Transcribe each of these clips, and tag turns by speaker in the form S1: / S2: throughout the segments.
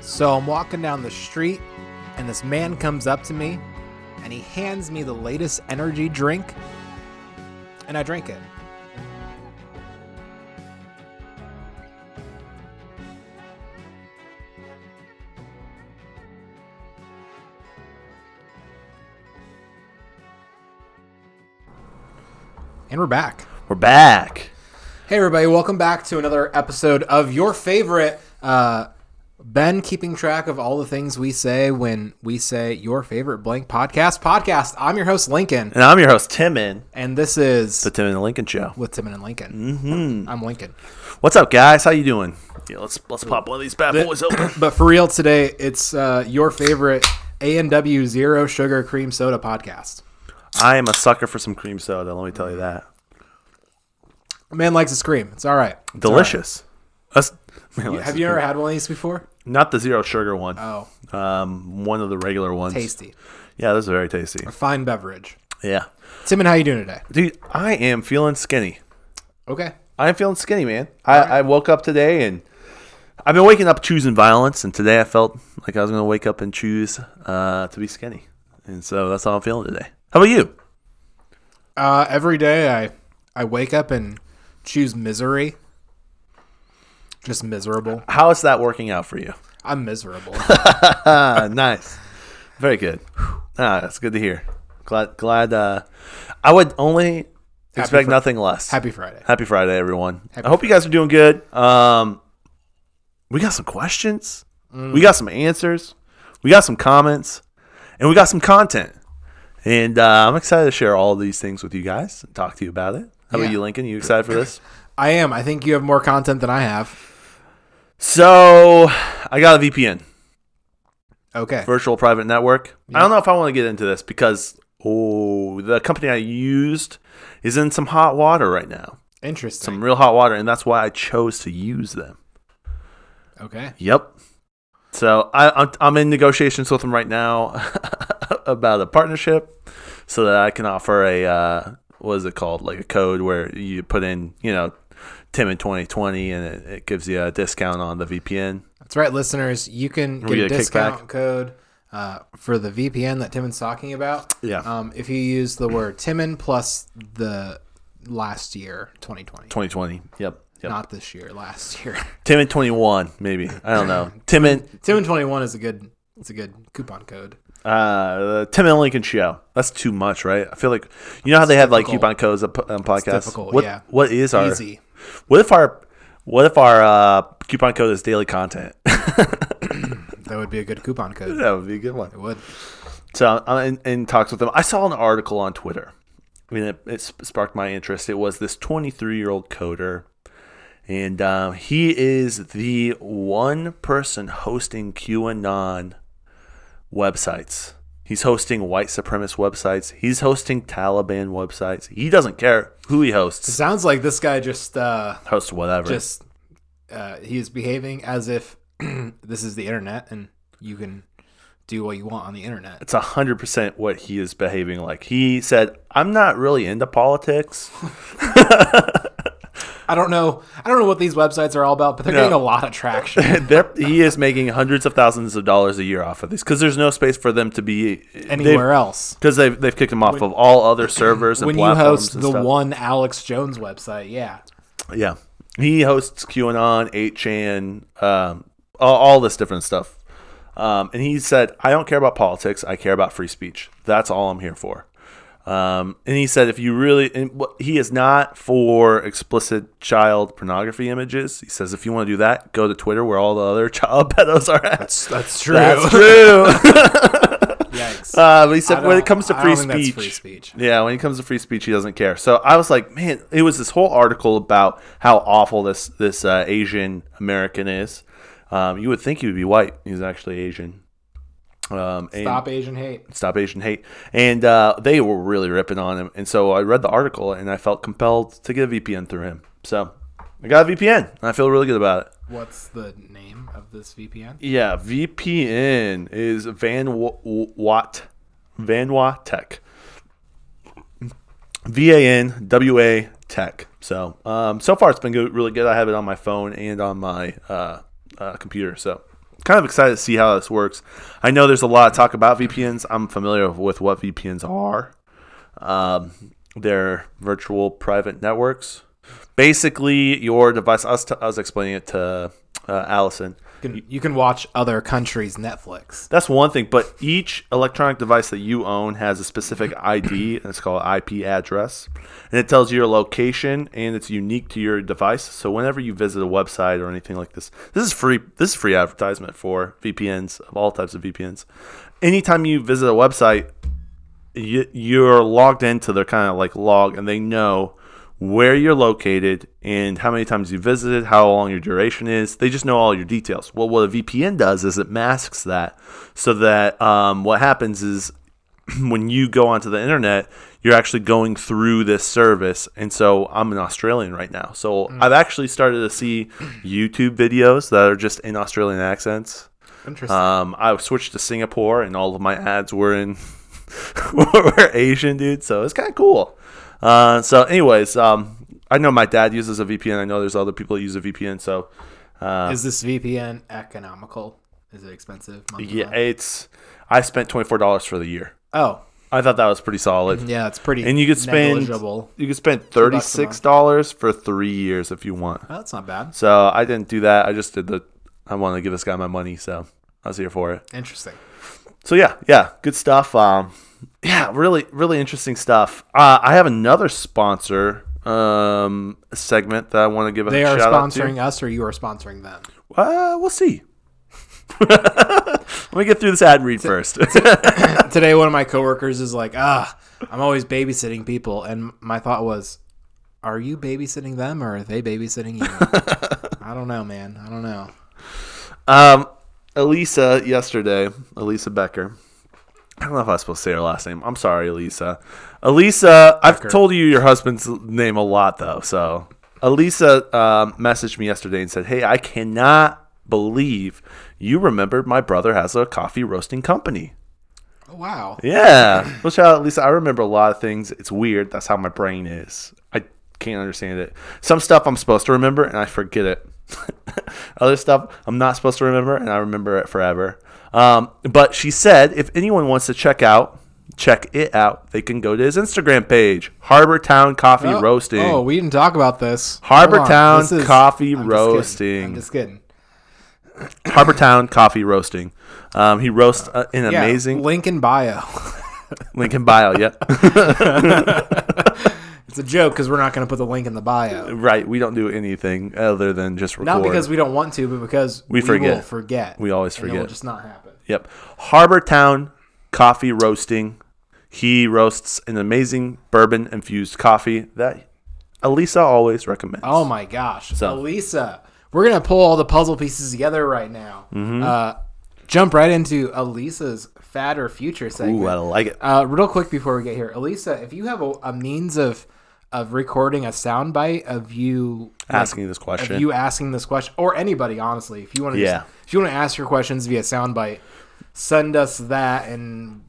S1: So I'm walking down the street, and this man comes up to me and he hands me the latest energy drink, and I drink it. And we're back.
S2: We're back.
S1: Hey, everybody, welcome back to another episode of your favorite. Uh, ben keeping track of all the things we say when we say your favorite blank podcast podcast. I'm your host, Lincoln,
S2: And I'm your host, Timon,
S1: and this is
S2: the Tim and Lincoln Show.
S1: with Timon and Lincoln. Mm-hmm. I'm Lincoln.
S2: What's up, guys? How you doing? Yeah, let's let's pop one of these bad boys open.
S1: But for real today, it's uh, your favorite A&W Zero Sugar Cream Soda podcast.
S2: I am a sucker for some cream soda. Let me tell you that.
S1: A man likes to scream. It's all right. It's all right.
S2: Delicious. That's, man, that's-
S1: Have you ever had one of these before?
S2: not the zero sugar one?
S1: Oh,
S2: Um, one of the regular ones.
S1: tasty.
S2: Yeah, those are very tasty.
S1: Fine beverage.
S2: Yeah,
S1: Timon, how you doing today?
S2: dude, I am feeling skinny.
S1: Okay.
S2: I am feeling skinny, man. I, I woke up today and I've been waking up choosing violence, and today I felt like I was going to wake up and choose uh, to be skinny, and so that's how I'm feeling today. How about you?
S1: Uh, every day I I wake up and choose misery. Just miserable.
S2: How is that working out for you?
S1: I'm miserable.
S2: Uh, nice, very good. Ah, that's good to hear. Glad, glad. Uh, I would only expect
S1: Fri-
S2: nothing less.
S1: Happy Friday.
S2: Happy Friday, everyone. I hope you guys are doing good. Um, we got some questions. We got some answers. We got some comments. And we got some content. And uh, I'm excited to share all these things with you guys and talk to you about it. How
S1: Yeah.
S2: about you, Lincoln? You excited for this?
S1: I am. I think you have more content than I have.
S2: So, I got a VPN,
S1: Okay.
S2: virtual private network. I don't know if I want to get into this because, oh, the company I used is in some hot water right now,
S1: Interesting.
S2: some real hot water. And that's why I chose to use them.
S1: Okay.
S2: Yep. So I, I'm, I'm in negotiations with them right now about a partnership, so that I can offer a uh, what is it called, like a code where you put in, you know, Tim in 2020, and it, it gives you a discount on the VPN.
S1: That's right, listeners. You can get a
S2: get a kickback.
S1: discount code uh, for the VPN that Timon's talking about.
S2: Yeah.
S1: Um, if you use the word Timon plus the last year, 2020,
S2: 2020. Yep. Yep.
S1: not this year, last year.
S2: Tim in 21, maybe. I don't know. Tim in
S1: Timon 21 is a good. It's a good coupon code.
S2: uh, the Tim and Lincoln show. That's too much, right? I feel like you know how they have like
S1: difficult.
S2: coupon codes up on podcasts.
S1: difficult,
S2: what,
S1: yeah.
S2: What is our
S1: Easy.
S2: What if our what if our uh, coupon code is daily content?
S1: That would be a good coupon code.
S2: that would be a good one.
S1: It would.
S2: So I'm in, in talks with them. I saw an article on Twitter. I mean, it, it sp- sparked my interest. It was this 23 year old coder, and um, he is the one person hosting QAnon websites. He's hosting white supremacist websites. He's hosting Taliban websites. He doesn't care who he hosts.
S1: Sounds like this guy just uh,
S2: Hosts whatever.
S1: just uh, he is behaving as if this is the internet and you can do what you want on the internet.
S2: it's a hundred percent what he is behaving like. He said, "I'm not really into politics."
S1: I don't know. I don't know what these websites are all about, but they're getting a lot of traction.
S2: They're, he is making hundreds of thousands of dollars a year off of these because there's no space for them to be
S1: anywhere else.
S2: Because they've, they've kicked them off of all other servers and
S1: When you
S2: platforms
S1: host
S2: and
S1: the
S2: stuff.
S1: one Alex Jones website, yeah,
S2: Yeah, he hosts QAnon, 8chan, um, all, all this different stuff. Um, and he said, "I don't care about politics. I care about free speech. That's all I'm here for." Um, and he said, "If you really, and what, he is not for explicit child pornography images. He says, if you want to do that, go to Twitter where all the other child pedos are at." That's,
S1: that's true.
S2: true.
S1: Yikes.
S2: Uh, but he
S1: I
S2: said when
S1: don't-
S2: it comes to
S1: I
S2: free
S1: don't think that's
S2: speech,
S1: free speech.
S2: yeah, when it comes to free speech, he doesn't care. So I was like, man, it was this whole article about how awful this this uh, Asian American is. Um, you would think he would be white. He's actually Asian. Um, and-
S1: Stop Asian hate.
S2: stop Asian hate, and uh, they were really ripping on him. And so I read the article and I felt compelled to get a VPN through him. So I got a VPN. And I feel really good about it.
S1: What's the name of this VPN?
S2: Yeah, VPN is Van W- W- Wat Vanwa Tech. V A N W A Tech. So, um, so far it's been good, really good. I have it on my phone and on my uh, uh, computer. So, kind of excited to see how this works. I know there's a lot of talk about VPNs. I'm familiar with what VPNs are. Um, they're virtual private networks. Basically, your device. I was, t- I was explaining it to uh, Allison.
S1: You can, you can watch other countries' Netflix.
S2: That's one thing, but each electronic device that you own has a specific ID, and it's called IP address, and it tells you your location, and it's unique to your device. So whenever you visit a website or anything like this, this is free. This is free advertisement for VPNs of all types of VPNs. Anytime you visit a website, you, you're logged into their kind of like log, and they know where you're located and how many times you visited, how long your duration is. They just know all your details. Well, what a VPN does is it masks that so that um, what happens is when you go onto the internet, you're actually going through this service. And so I'm an Australian right now. So I've actually started to see YouTube videos that are just in Australian accents.
S1: Interesting.
S2: Um, I switched to Singapore and all of my ads were in were Asian, dude. So it's kind of cool. Uh, so, anyways, um, I know my dad uses a VPN. I know there's other people that use a VPN. So, uh,
S1: Is this VPN economical? Is it expensive? month to
S2: yeah,
S1: month?
S2: it's. I spent twenty four dollars for the year.
S1: Oh,
S2: I thought that was pretty solid.
S1: yeah, it's pretty.
S2: And you could spend
S1: negligible.
S2: Mm-hmm. you could spend thirty
S1: bucks a month.
S2: six dollars for three years if you want.
S1: Oh, that's not bad.
S2: So I didn't do that. I just did the. I wanted to give this guy my money, so I was here for it.
S1: Interesting.
S2: So yeah, yeah, good stuff. Um, yeah, really, really interesting stuff. Uh, I have another sponsor um segment that I want to give a
S1: They are
S2: shout out to.
S1: sponsoring us, or you are sponsoring them.
S2: Uh, we'll see. Let me get through this ad read first.
S1: Today, one of my coworkers is like, "Ah, I'm always babysitting people," and my thought was, "Are you babysitting them, or are they babysitting you?" I don't know, man. I don't know.
S2: um, Elisa yesterday, Elisa Becker. I don't know if I was supposed to say her last name. I'm sorry, Elisa. Elisa, I've told you your husband's name a lot though. So Elisa um, messaged me yesterday and said, "Hey, I cannot believe you remembered my brother has a coffee roasting company."
S1: Oh, wow.
S2: Yeah. Well, shout out, Lisa. uh, I remember a lot of things. It's weird. That's how my brain is. I can't understand it. Some stuff I'm supposed to remember and I forget it. Other stuff I'm not supposed to remember and I remember it forever. Um, but she said if anyone wants to check out, check it out, they can go to his Instagram page, Harbor Town Coffee
S1: Oh,
S2: Roasting.
S1: Oh, we didn't talk about this.
S2: Harbor
S1: Hold on.
S2: Town
S1: This is-
S2: Coffee
S1: I'm just kidding.
S2: Roasting.
S1: I'm just kidding.
S2: Harbor Town Coffee Roasting. Um, he roasts uh, an
S1: Yeah,
S2: amazing
S1: Link in bio.
S2: link in bio. Yeah.
S1: it's a joke because we're not going to put the link in the bio.
S2: right. We don't do anything other than just record.
S1: Not because we don't want to, but because
S2: We
S1: will
S2: forget.
S1: forget.
S2: We always
S1: And it will
S2: forget.
S1: just not happen.
S2: Yep. Harbor Town Coffee Roasting. He roasts an amazing bourbon infused coffee that Elisa always recommends.
S1: Oh my gosh, Elisa, we're gonna pull all the puzzle pieces together right now.
S2: Mm-hmm.
S1: Uh, jump right into Elisa's fad or future segment.
S2: Ooh, I like it.
S1: Uh, real quick before we get here, Elisa, if you have a, a means of of recording a soundbite of you
S2: Asking this
S1: of
S2: question.
S1: you asking this question, or anybody, honestly, if you want to,
S2: Yeah.
S1: if you want to ask your questions via soundbite, send us that, and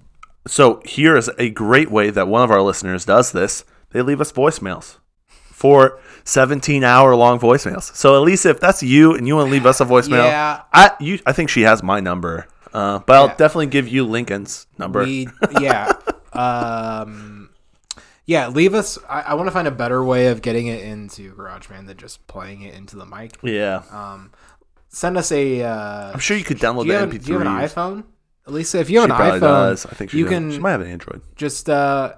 S2: so here is a great way that one of our listeners does this. They leave us voicemails for 17 hour long voicemails. So Elisa, if that's you and you want to leave us a voicemail,
S1: Yeah.
S2: I you I think she has my number. Uh, but I'll
S1: Yeah.
S2: definitely give you Lincoln's number.
S1: we, yeah, um, yeah, leave us. I, I want to find a better way of getting it into GarageBand than just playing it into the mic.
S2: yeah.
S1: Send us a. Uh,
S2: I'm sure you could download
S1: do, you
S2: the
S1: have,
S2: MP3.
S1: do you have an iPhone, Elisa? If you have
S2: She
S1: an
S2: probably
S1: iPhone,
S2: does. I think she
S1: you
S2: does.
S1: can
S2: She might have an Android.
S1: just uh,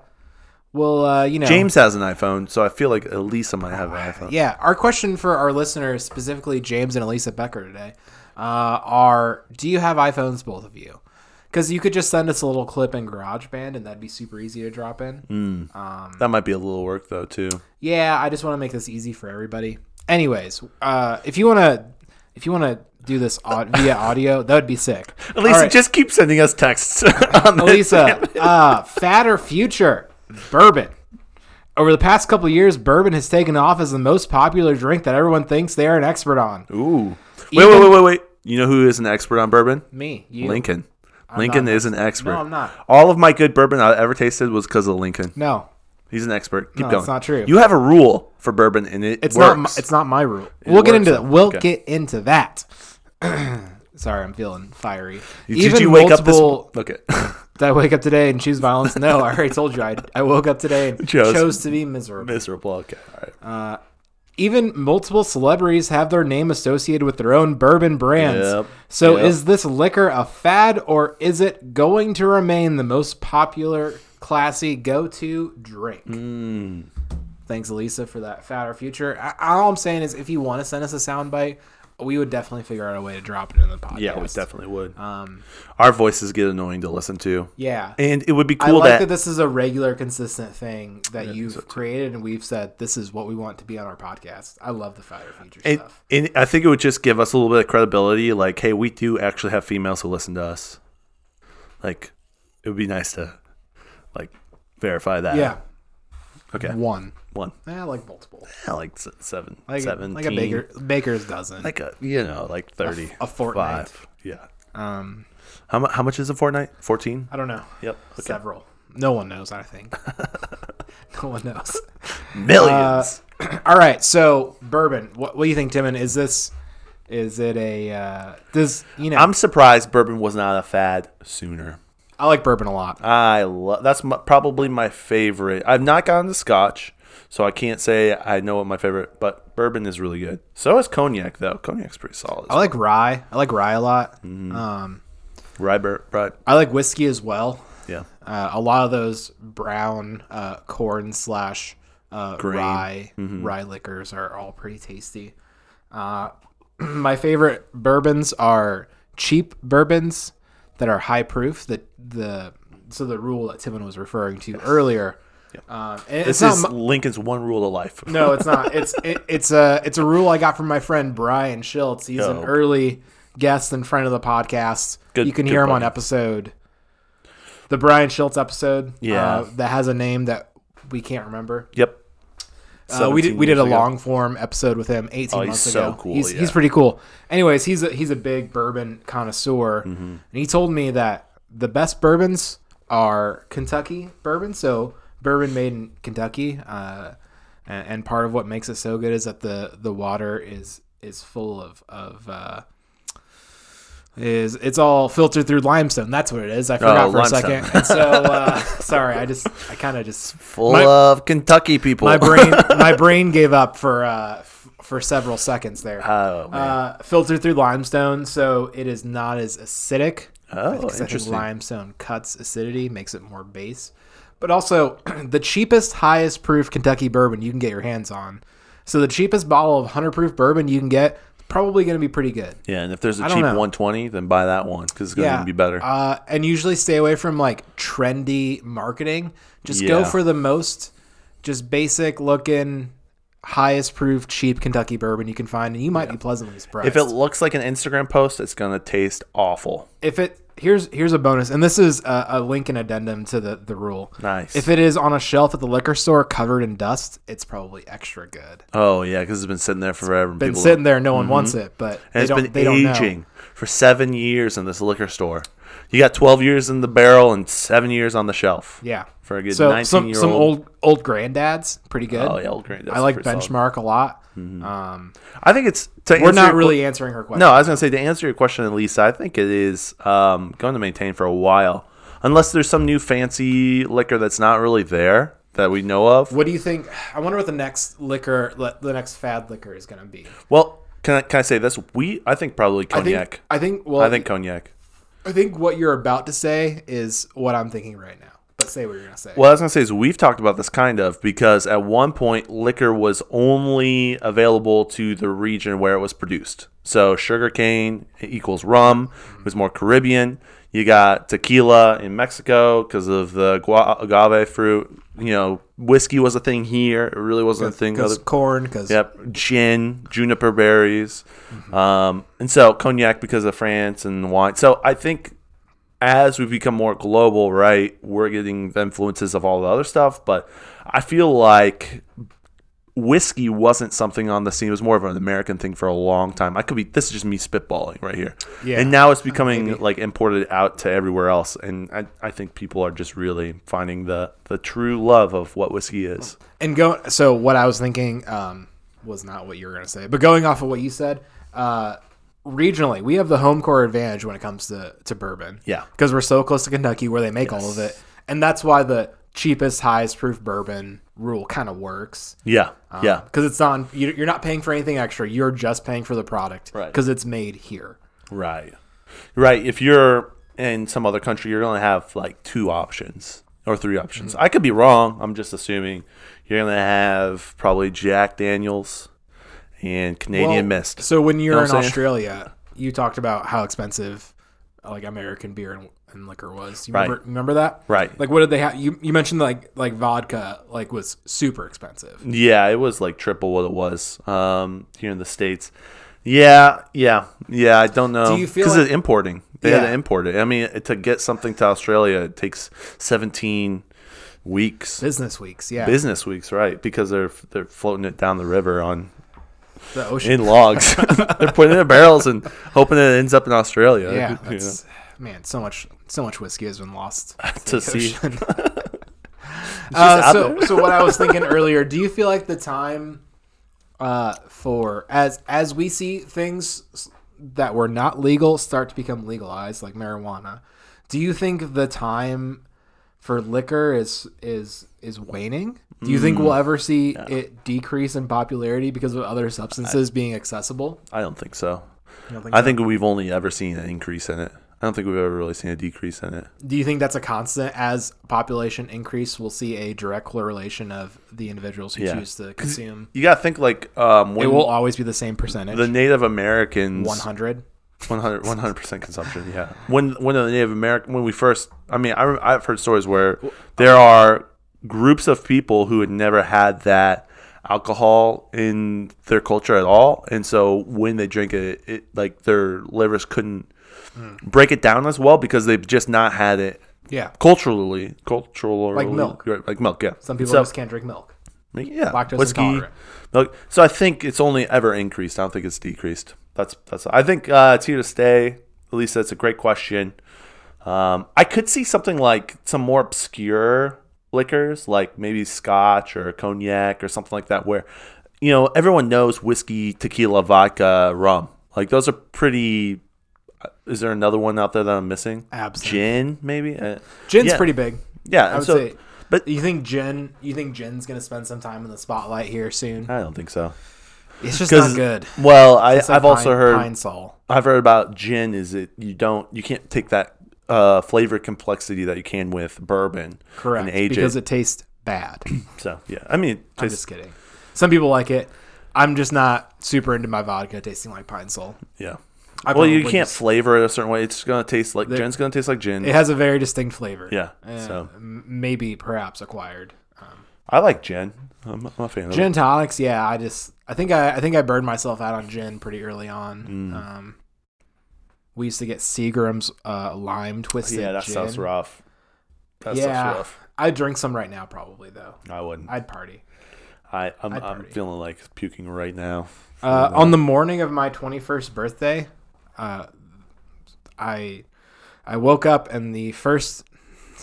S1: we'll uh, you know
S2: James has an iPhone, so I feel like Elisa might have an iPhone.
S1: Yeah, our question for our listeners, specifically James and Elisa Becker today, uh, are: Do you have iPhones, both of you? Because you could just send us a little clip in GarageBand, and that'd be super easy to drop in.
S2: That might be a little work though too.
S1: Yeah, I just want to make this easy for everybody. Anyways, uh, if you want to, if you want to do this au- via audio, that would be sick.
S2: Elisa,
S1: All right,
S2: just keep sending us texts. on this.
S1: Elisa, uh, fat or future bourbon. Over the past couple years, bourbon has taken off as the most popular drink that everyone thinks they are an expert on.
S2: Ooh. Wait, wait, wait, wait, wait. You know who is an expert on bourbon?
S1: Me, you,
S2: Lincoln. Lincoln
S1: not
S2: is an expert.
S1: No, I'm not.
S2: All of my good bourbon I ever tasted was because of Lincoln.
S1: No,
S2: He's an expert. Keep
S1: No,
S2: going.
S1: it's not true.
S2: You have a rule for bourbon, and it
S1: it's
S2: works.
S1: not. My, it's not my rule. we'll get
S2: works.
S1: into that. We'll
S2: Okay.
S1: get into that. Sorry, I'm feeling fiery.
S2: Did you wake
S1: multiple-
S2: up this? Okay.
S1: Did I wake up today and choose violence? No, I already told you. I, I woke up today and chose,
S2: Chose-
S1: to be miserable.
S2: Miserable. Okay. All right.
S1: Even multiple celebrities have their name associated with their own bourbon brands.
S2: Yep.
S1: So
S2: Yep.
S1: is this liquor a fad or is it going to remain the most popular, classy go to drink?
S2: Hmm.
S1: Thanks, Elisa, for that fatter future. I, all I'm saying is if you want to send us a soundbite, we would definitely figure out a way to drop it in the podcast.
S2: yeah, we definitely would.
S1: Um,
S2: Our voices get annoying to listen to.
S1: yeah.
S2: And it would be
S1: I
S2: cool
S1: like that,
S2: that,
S1: this is a regular, consistent thing that you've created, and we've said this is what we want to be on our podcast. I love the fire future
S2: and,
S1: stuff.
S2: and I think it would just give us a little bit of credibility. Like, hey, we do actually have females who listen to us. Like, it would be nice to, like, verify that.
S1: Yeah,
S2: Okay.
S1: one.
S2: One.
S1: Eh, like multiple.
S2: Yeah, like s- seven.
S1: Like,
S2: seventeen.
S1: like a baker, baker's dozen.
S2: Like a you know, like thirty.
S1: a fortnight.
S2: Five. Yeah.
S1: um,
S2: How mu- how much is a fortnight? Fourteen.
S1: I don't know.
S2: Yep. Okay.
S1: Several. No one knows. I think. no one knows.
S2: Millions.
S1: Uh, All right. So bourbon. What, what do you think, Timon? Is this? Is it a? Uh, does you know?
S2: I'm surprised bourbon was not a fad sooner.
S1: I like bourbon a lot.
S2: I love that's my, probably my favorite. I've not gotten to Scotch, so I can't say I know what my favorite. But bourbon is really good. So is cognac though. Cognac's pretty solid.
S1: I like rye. I like rye a lot.
S2: Mm-hmm.
S1: Um,
S2: Rye, bur- rye.
S1: I like whiskey as well.
S2: Yeah.
S1: uh, a lot of those brown uh, corn slash uh,
S2: Grain. Mm-hmm.
S1: rye rye liquors are all pretty tasty. Uh, my favorite bourbons are cheap bourbons that are high proof. That the so the rule that Timon was referring to earlier. Um, and it's
S2: This
S1: not
S2: is
S1: my-
S2: Lincoln's one rule of life.
S1: no, it's not. It's it, it's a it's a rule I got from my friend Brian Schiltz. He's an
S2: Oh.
S1: early guest and friend of the podcast.
S2: Good-
S1: you can
S2: good
S1: hear him on
S2: buddy.
S1: episode the Brian Schiltz episode. uh,
S2: Yeah.
S1: that has a name that we can't remember.
S2: Yep.
S1: Uh, we did
S2: 17
S1: we did
S2: years
S1: a
S2: ago.
S1: long form episode with him 18
S2: Oh, he's
S1: months
S2: so
S1: ago.
S2: cool,
S1: he's,
S2: yeah.
S1: he's pretty cool. Anyways, he's a, he's a big bourbon connoisseur,
S2: Mm-hmm.
S1: and he told me that the best bourbons are Kentucky bourbon. So bourbon made in Kentucky, uh, and, and part of what makes it so good is that the the water is is full of of uh, is it's all filtered through limestone. That's what it is. I forgot for
S2: Oh, limestone.
S1: a second. And so uh, sorry, I just I kind of just
S2: Full
S1: My-
S2: of Kentucky people.
S1: my brain my brain gave up for uh f- for several seconds there
S2: oh, man.
S1: uh filtered through limestone so it is not as acidic
S2: Oh,
S1: I think- 'cause I think
S2: interesting.
S1: limestone cuts acidity makes it more base but also the cheapest highest proof kentucky bourbon you can get your hands on so the cheapest bottle of 100 proof bourbon you can get probably going to be pretty good
S2: yeah, and if there's a
S1: don't
S2: cheap
S1: know.
S2: 120, then buy that one because it's gonna be better.
S1: Uh, and usually stay away from like trendy marketing. Just go
S2: Yeah.
S1: for the most just basic looking, highest proof, cheap Kentucky bourbon you can find, and you might be pleasantly surprised.
S2: if it looks like an Instagram post, it's gonna taste awful.
S1: if it here's here's a bonus, and this is a, a link and addendum to the the rule.
S2: Nice.
S1: If it is on a shelf at the liquor store covered in dust, it's probably extra good.
S2: Oh yeah, because it's been sitting there forever. and
S1: Been
S2: people Mm-hmm.
S1: sitting there, no one wants it, but
S2: and
S1: they
S2: it's
S1: don't.
S2: been
S1: they don't know.
S2: aging for seven years in this liquor store. You got twelve years in the barrel and seven years on the shelf.
S1: Yeah.
S2: for a good
S1: so
S2: nineteen
S1: some
S2: year
S1: some
S2: old.
S1: old old granddads, pretty good.
S2: Oh yeah, old grain.
S1: I like benchmark a lot. Um,
S2: I think it's. To
S1: we're
S2: answer
S1: not
S2: your
S1: really answering her
S2: que-
S1: question.
S2: no, I was gonna say to answer your question, Elisa. I think it is um, going to maintain for a while, unless there's some new fancy liquor that's not really there that we know of.
S1: What do you think? I wonder what the next liquor, le- the next fad liquor is going to be.
S2: Well, can I can I say this? We I think probably
S1: I think.
S2: cognac.
S1: I think. Well,
S2: I think cognac.
S1: I think what you're about to say is what I'm thinking right now. But say what you're going to say.
S2: What I was gonna say is we've talked about this kind of because at one point liquor was only available to the region where it was produced. So sugarcane equals rum. It was more Caribbean. You got tequila in Mexico because of the gua- agave fruit. You know, whiskey was a thing here. It really wasn't a thing.
S1: Because
S2: Other-
S1: corn. Because
S2: Yep, gin, juniper berries, um, and so cognac because of France and wine. So I think as we become more global, right, we're getting the influences of all the other stuff. But I feel like whiskey wasn't something on the scene. It was more of an American thing for a long time. I could be this is just me spitballing right here.
S1: Yeah.
S2: And now it's becoming like imported out to everywhere else. And I, I think people are just really finding the the true love of what whiskey is.
S1: and go. So what I was thinking um, was not what you were going to say, but going off of what you said, uh, regionally, we have the home core advantage when it comes to, to bourbon.
S2: Yeah.
S1: Because we're so close to Kentucky where they make all of it. And that's why the cheapest, highest proof bourbon rule kind of works.
S2: Yeah. yeah.
S1: Because it's on, you're not paying for anything extra. You're just paying for the product.
S2: Right.
S1: Because it's made here.
S2: Right. Right. If you're in some other country, you're going to have like two options or three options.
S1: Mm-hmm.
S2: I could be wrong. I'm just assuming you're going to have probably Jack Daniels and Canadian
S1: Well,
S2: Mist.
S1: So when you're
S2: Know what
S1: in
S2: I'm saying?
S1: Australia, you talked about how expensive uh, like American beer and, and liquor was. You
S2: Right.
S1: remember, remember that?
S2: Right.
S1: Like what did they have? You, you mentioned like like vodka like was super expensive.
S2: yeah, it was like triple what it was um, here in the States. Yeah, yeah, yeah. I don't know
S1: Do you feel
S2: because
S1: like-
S2: it's importing. They had
S1: Yeah.
S2: to import it. I mean, to get something to Australia, it takes 17 weeks,
S1: Business weeks, yeah.
S2: business weeks, right? Because they're they're floating it down the river on
S1: the ocean.
S2: in logs. They're putting it in barrels and hoping it ends up in Australia.
S1: yeah.
S2: You know,
S1: That's, Man, so much so much whiskey has been lost.
S2: to see.
S1: Uh,
S2: out
S1: so, so what I was thinking earlier, do you feel like the time uh, for as as we see things s- that were not legal start to become legalized, like marijuana, do you think the time for liquor is is is waning? Do you think we'll
S2: Mm.
S1: ever see it decrease in popularity because of other substances being accessible?
S2: I don't think so.
S1: You don't
S2: I
S1: so?
S2: think we've only ever seen an increase in it. I don't think we've ever really seen a decrease in it.
S1: Do you think that's a constant as population increase? We'll see a direct correlation of the individuals who
S2: Yeah.
S1: choose to consume.
S2: You gotta think like um,
S1: It
S2: when
S1: will always be the same percentage.
S2: the Native Americans
S1: 100
S2: 100 percent consumption. Yeah, when when the Native American when we first, I mean, I, I've heard stories where there are groups of people who had never had that alcohol in their culture at all, and so when they drink it, it like their livers couldn't
S1: Hmm.
S2: break it down as well because they've just not had it
S1: yeah
S2: culturally, culturally
S1: Like milk.
S2: right, like milk. Yeah,
S1: some people
S2: So-
S1: just can't drink milk
S2: yeah,
S1: lactose
S2: whiskey,
S1: intolerant.
S2: milk. So I think it's only ever increased. I don't think it's decreased. That's that's. I think uh, it's here to stay. At least that's a great question. Um, I could see something like some more obscure liquors, like maybe Scotch or cognac or something like that, where you know everyone knows whiskey, tequila, vodka, rum. Like those are pretty. uh, Is there another one out there that I'm missing?
S1: Absinthe.
S2: Gin, maybe. Uh,
S1: gin's
S2: yeah.
S1: pretty big
S2: Yeah,
S1: i
S2: and
S1: would
S2: so,
S1: say
S2: but
S1: you think gin you think gin's gonna spend some time in the spotlight here soon
S2: I don't think so.
S1: it's just not
S2: Uh, 'Cause-
S1: good
S2: Well, I, I've
S1: It's like
S2: also
S1: pine-
S2: heard
S1: pine sol
S2: I've heard about gin is it you don't you can't take that uh, flavor complexity that you can with bourbon
S1: correct
S2: and age
S1: because
S2: it.
S1: it. tastes bad
S2: So yeah, I mean, it
S1: i'm
S2: tastes-
S1: just kidding some people like it i'm just not super into my vodka tasting like pine sol
S2: yeah.
S1: I
S2: well, you
S1: probably
S2: can't
S1: just-
S2: flavor it a certain way. It's gonna taste like gin's gonna taste like gin.
S1: it has a very distinct flavor
S2: yeah.
S1: Uh,
S2: So
S1: m- maybe perhaps acquired Um,
S2: I like gin. I'm, I'm a fan of it.
S1: Gin tonics, yeah. I just, I think I, I think I burned myself out on gin pretty early on.
S2: Mm.
S1: Um, we used to get Seagram's uh, lime twisted.
S2: Yeah, that
S1: gin.
S2: stuff's rough. That
S1: yeah,
S2: stuff's rough.
S1: I drink some right now, probably though.
S2: I wouldn't.
S1: I'd party.
S2: I I'm,
S1: I'd
S2: I'm
S1: party.
S2: feeling like puking right now.
S1: Uh, on the morning of my 21st birthday, uh, I I woke up and the first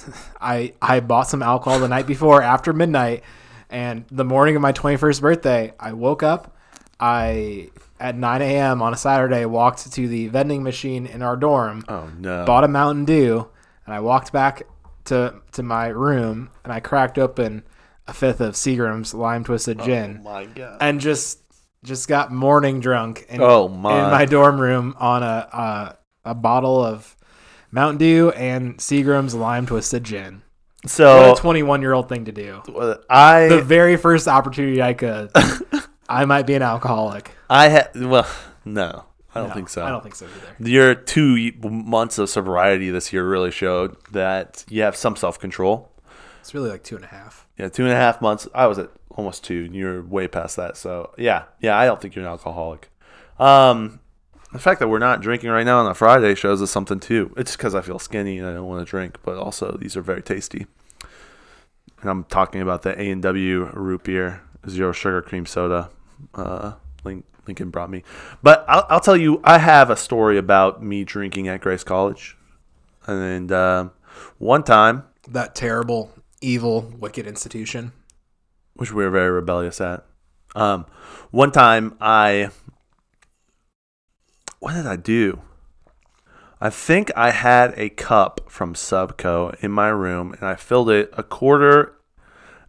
S1: I I bought some alcohol the night before after midnight, and the morning of my 21st birthday, I woke up. I at 9 a.m. on a Saturday walked to the vending machine in our dorm,
S2: Oh no.
S1: bought a Mountain Dew, and I walked back to to my room and I cracked open a fifth of Seagram's lime twisted gin
S2: Oh my god.
S1: and just just got morning drunk in,
S2: Oh my.
S1: in my dorm room on a uh, a bottle of Mountain Dew and Seagram's lime twisted gin.
S2: so Oh.
S1: What a 21 year old thing to do.
S2: uh, I
S1: The very first opportunity I could, I might be an alcoholic.
S2: I ha- well no I don't
S1: No,
S2: think so.
S1: I don't think so either.
S2: your two y- months of sobriety this year really showed that you have some self control.
S1: It's really like two and a half.
S2: Yeah, two and a half months. I was at almost two, and you're way past that. So yeah, yeah, I don't think you're an alcoholic. Um, the fact that we're not drinking right now on a Friday shows us something too. It's because I feel skinny and I don't want to drink, but also these are very tasty. And I'm talking about the A and W root beer zero sugar cream soda. Uh, Link, Lincoln brought me, but I'll, I'll tell you, I have a story about me drinking at Grace College, and um, one time,
S1: That terrible, evil, wicked institution.
S2: which we were very rebellious at. Um, one time I what did I do? I think I had a cup from Subco in my room, and I filled it a quarter,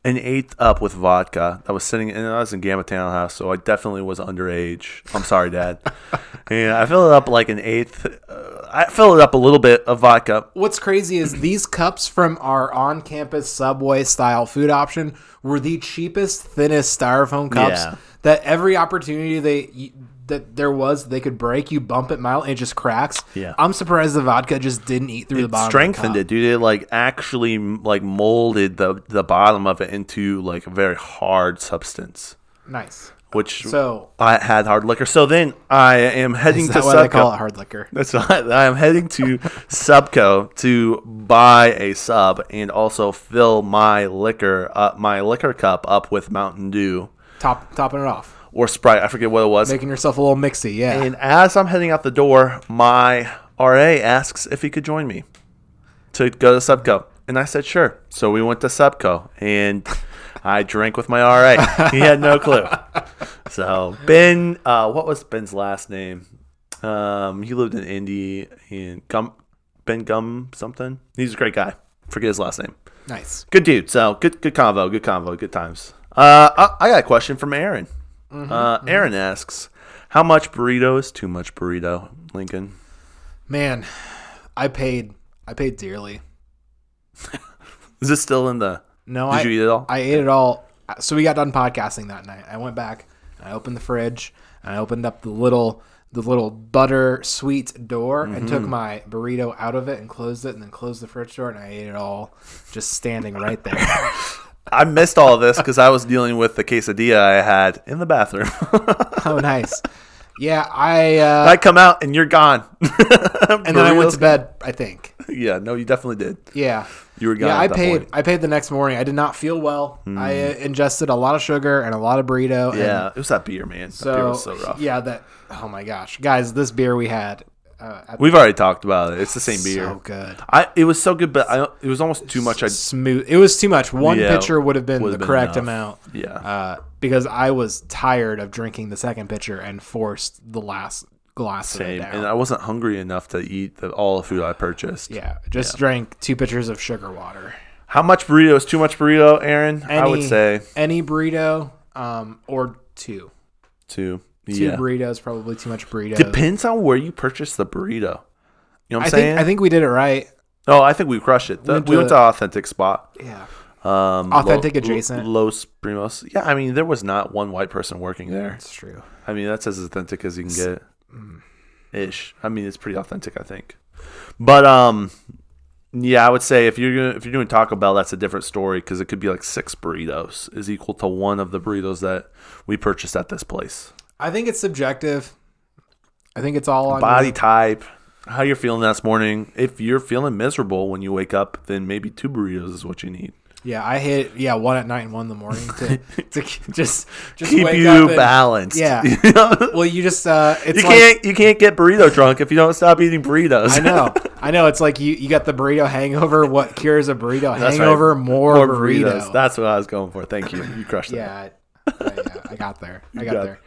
S2: an eighth up with vodka. I was sitting, and I was in Gamma Town House, so I definitely was underage. I'm sorry, Dad. and I filled it up like an eighth. Uh, I filled it up a little bit of vodka.
S1: What's crazy is these cups from our on-campus Subway style food option were the cheapest, thinnest styrofoam cups
S2: Yeah.
S1: that every opportunity they that there was they could break. You bump it mile, and it just cracks.
S2: Yeah.
S1: I'm surprised the vodka just didn't eat through the bottom. of the
S2: Strengthened
S1: cup.
S2: it, dude. It like actually like molded the the bottom of it into like a very hard substance,
S1: Nice.
S2: which
S1: So
S2: I had hard liquor. So then I am heading
S1: is
S2: to
S1: that why they
S2: Subco.
S1: call it hard liquor?
S2: That's right. I'm heading to Subco to buy a sub and also fill my liquor up, my liquor cup up with Mountain Dew
S1: Top topping it off,
S2: or Sprite. I forget what it was.
S1: making yourself a little mixy. Yeah.
S2: And as I'm heading out the door, my RA asks if he could join me to go to Subco. And I said, sure. So we went to Subco and I drank with my RA. He had no clue. So Ben, uh, what was Ben's last name? Um, he lived in Indy and Gum, Ben Gum something. He's a great guy. Forget his last name.
S1: nice.
S2: Good dude. So good, good convo, good convo, good times. Uh, I, I got a question from Aaron.
S1: Mm-hmm,
S2: uh, Aaron asks, "How much burrito is too much burrito?" Lincoln.
S1: Man, I paid. I paid dearly.
S2: Is this still in the?
S1: No,
S2: Did
S1: I
S2: you eat it all?
S1: I ate it all. So we got done podcasting that night. I went back. and I opened the fridge. And I opened up the little the little butter sweet door and
S2: Mm-hmm.
S1: took my burrito out of it and closed it and then closed the fridge door and I ate it all just standing right there.
S2: I missed all of this because I was dealing with the quesadilla I had in the bathroom.
S1: oh, nice. Yeah, I uh,
S2: I come out and you're gone.
S1: and then I went to bed. I think.
S2: Yeah, no, you definitely did.
S1: Yeah.
S2: You were gone.
S1: Yeah,
S2: at
S1: I
S2: that
S1: paid.
S2: point. Hmm.
S1: I paid the next morning. I did not feel well. I uh, ingested a lot of sugar and a lot of burrito. and
S2: Yeah, it was that beer, man. that beer
S1: So,
S2: was so rough.
S1: yeah, that. Oh my gosh, guys, this beer we had uh, at
S2: We've already talked about it. It's the same beer.
S1: so good,
S2: I it was so good, but I, it was almost too much. I
S1: smooth. It was too much. One
S2: Yeah,
S1: pitcher would have been the
S2: would've been
S1: correct
S2: enough.
S1: amount.
S2: yeah.
S1: Uh, because I was tired of drinking the second pitcher and forced the last glass
S2: Same.
S1: of it down.
S2: And I wasn't hungry enough to eat the, all the food I purchased.
S1: yeah, just drank two pitchers of sugar water.
S2: How much burrito is too much burrito, Aaron? I would
S1: Any-
S2: say
S1: any burrito, um, or two.
S2: two.
S1: Two
S2: yeah.
S1: burritos, probably too much burrito.
S2: Depends on where you purchase the burrito. You know what I'm
S1: I
S2: saying?
S1: think I think we did it right.
S2: oh, I think we crushed it. The-
S1: Went
S2: we
S1: to
S2: went to authentic spot.
S1: Yeah.
S2: Um,
S1: Authentic adjacent.
S2: Los Primos. Yeah, I mean, there was not one white person working there.
S1: That's true.
S2: I mean, that's as authentic as you can get.
S1: mm.
S2: Ish. I mean, it's pretty authentic, I think. But um, yeah, I would say if you're gonna, if you're doing Taco Bell, that's a different story because it could be like six burritos is equal to one of the burritos that we purchased at this place.
S1: I think it's subjective. I think it's all on
S2: Body
S1: you.
S2: type, how you're feeling this morning. If you're feeling miserable when you wake up, then maybe two burritos is what you need.
S1: Yeah, I hit yeah one at night and one in the morning to, to k- just just
S2: Keep
S1: wake
S2: you
S1: up and,
S2: balanced.
S1: Yeah.
S2: you
S1: Well, you just uh, it's like,
S2: can't you can't get burrito drunk if you don't stop eating burritos.
S1: I know, I know. It's like you you got the burrito hangover. What cures a burrito
S2: That's right.
S1: hangover? More,
S2: More
S1: burrito.
S2: burritos. That's what I was going for. Thank you. You crushed it.
S1: yeah, I- yeah, yeah, I got there. I got,
S2: got
S1: there.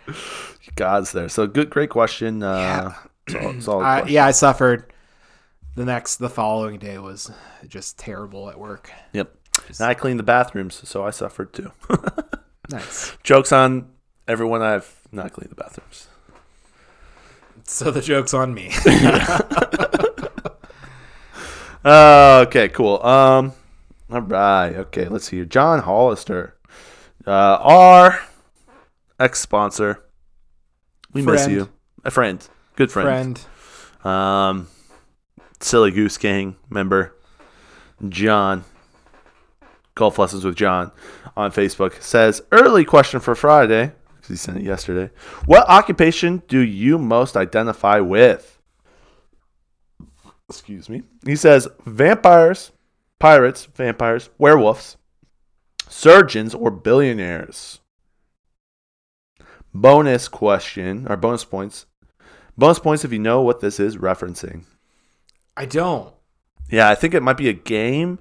S2: God's there. So good, great question. Uh, sol- solid
S1: I,
S2: question.
S1: yeah, I suffered. The next, the following day was just terrible at work.
S2: Yep. And I cleaned the bathrooms, so I suffered too.
S1: Nice.
S2: Jokes on everyone. I've not cleaned the bathrooms.
S1: So the joke's on me.
S2: Uh, okay, cool. Um, all right. Okay, let's see. here. John Hollister, uh, our ex sponsor. We miss
S1: Friend.
S2: you, a friend, good friend.
S1: Friend,
S2: Um, silly goose gang member, John. Golf lessons with John on Facebook says early question for Friday because he sent it yesterday. What occupation do you most identify with? Excuse me. He says vampires, pirates, vampires, werewolves, surgeons, or billionaires. Bonus question or bonus points Bonus points if you know what this is referencing.
S1: I don't.
S2: Yeah, I think it might be a game.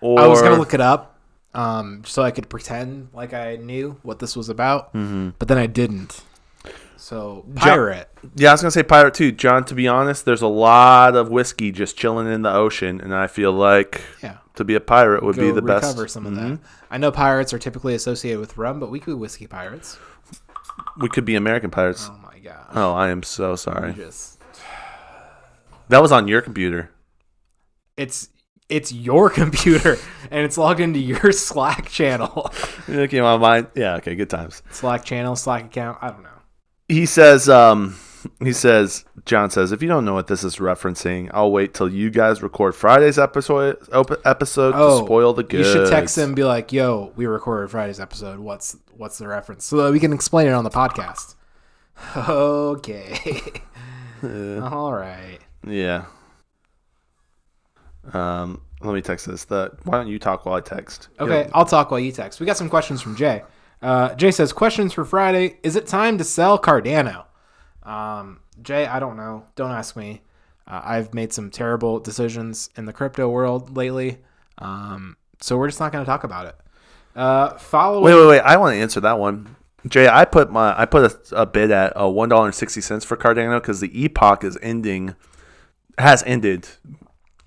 S2: Or
S1: I was gonna look it up,
S2: Mm-hmm.
S1: um, so I could pretend like I knew what this was about, but then I didn't. So pirate.
S2: Yeah, I was gonna say pirate too, John. To be honest, there's a lot of whiskey just chilling in the ocean, and I feel like
S1: Yeah.
S2: to be a pirate would be
S1: Go
S2: the
S1: recover
S2: best. Mm-hmm.
S1: some of that. I know pirates are typically associated with rum, but we could be whiskey pirates.
S2: We could be American pirates.
S1: Oh my gosh.
S2: Oh, I am so sorry.
S1: Just
S2: That was on your computer.
S1: it's it's your computer and it's logged into your Slack channel.
S2: Okay, well, mine. Yeah, okay, good times.
S1: Slack channel, Slack account, I don't know.
S2: He says, um, he says, John says, if you don't know what this is referencing, I'll wait till you guys record Friday's episode op- episode to spoil the goods.
S1: Oh, You should text them and be like, "Yo, we recorded Friday's episode. What's what's the reference?" So that we can explain it on the podcast. Okay. All right.
S2: Yeah. Um, let me text this. The why don't you talk while I text?
S1: Okay, I'll talk while you text. We got some questions from Jay. Uh, Jay says, "Questions for Friday: Is it time to sell Cardano?" Um, Jay, I don't know. Don't ask me. Uh, I've made some terrible decisions in the crypto world lately, um, so we're just not going to talk about it. Uh, follow.
S2: Wait, wait, wait. I want to answer that one. Jay, I put my I put a, a bid at uh, one dollar and sixty cents for Cardano because the E epoch is ending, has ended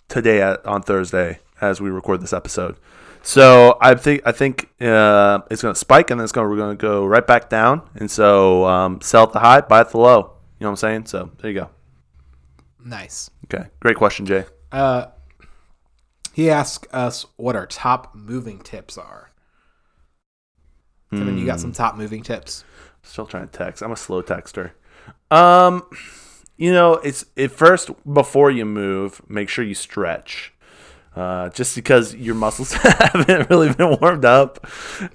S2: today at, on Thursday as we record this episode. So I think I think uh, it's going to spike and then it's going we're going to go right back down. And so um, sell at the high, buy at the low. You know what I'm saying? So there you go.
S1: Nice.
S2: Okay, great question, Jay.
S1: Uh, he asked us what our top moving tips are. Kevin, you
S2: Hmm.
S1: got some top moving tips.
S2: Still trying to text. I'm a slow texter. Um, you know, it's at first before you move, make sure you stretch. Uh, just because your muscles haven't really been warmed up,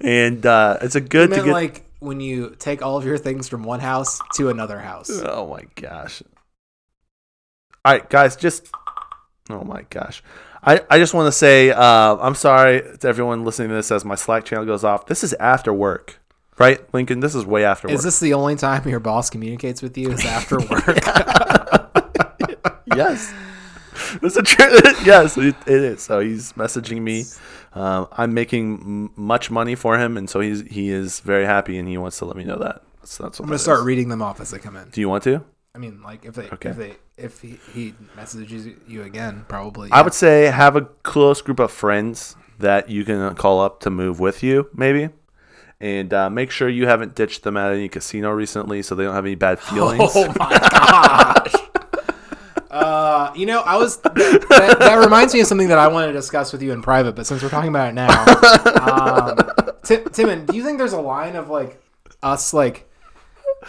S2: and uh, it's a good
S1: I
S2: to
S1: meant
S2: get.
S1: like when you take all of your things from one house to another house.
S2: oh my gosh! All right, guys, just oh my gosh. I, I just want to say uh, I'm sorry to everyone listening to this as my Slack channel goes off. This is after work, right, Lincoln? This is way after work.
S1: Is this the only time your boss communicates with you? Is after work?
S2: yes. That's a true. yes, it, it is. So he's messaging me. Um, I'm making m- much money for him, and so he's he is very happy, and he wants to let me know that. So that's what
S1: I'm gonna start reading them off as they come in.
S2: Do you want to?
S1: I mean, like if they
S2: Okay.
S1: if they if he, he messages you again, probably.
S2: I would say have a close group of friends that you can call up to move with you, maybe, and uh, make sure you haven't ditched them at any casino recently, so they don't have any bad feelings.
S1: Oh my gosh. Uh, you know, I was that, that, that reminds me of something that I wanted to discuss with you in private, but since we're talking about it now, um, Tim, Timon, do you think there's a line of like us like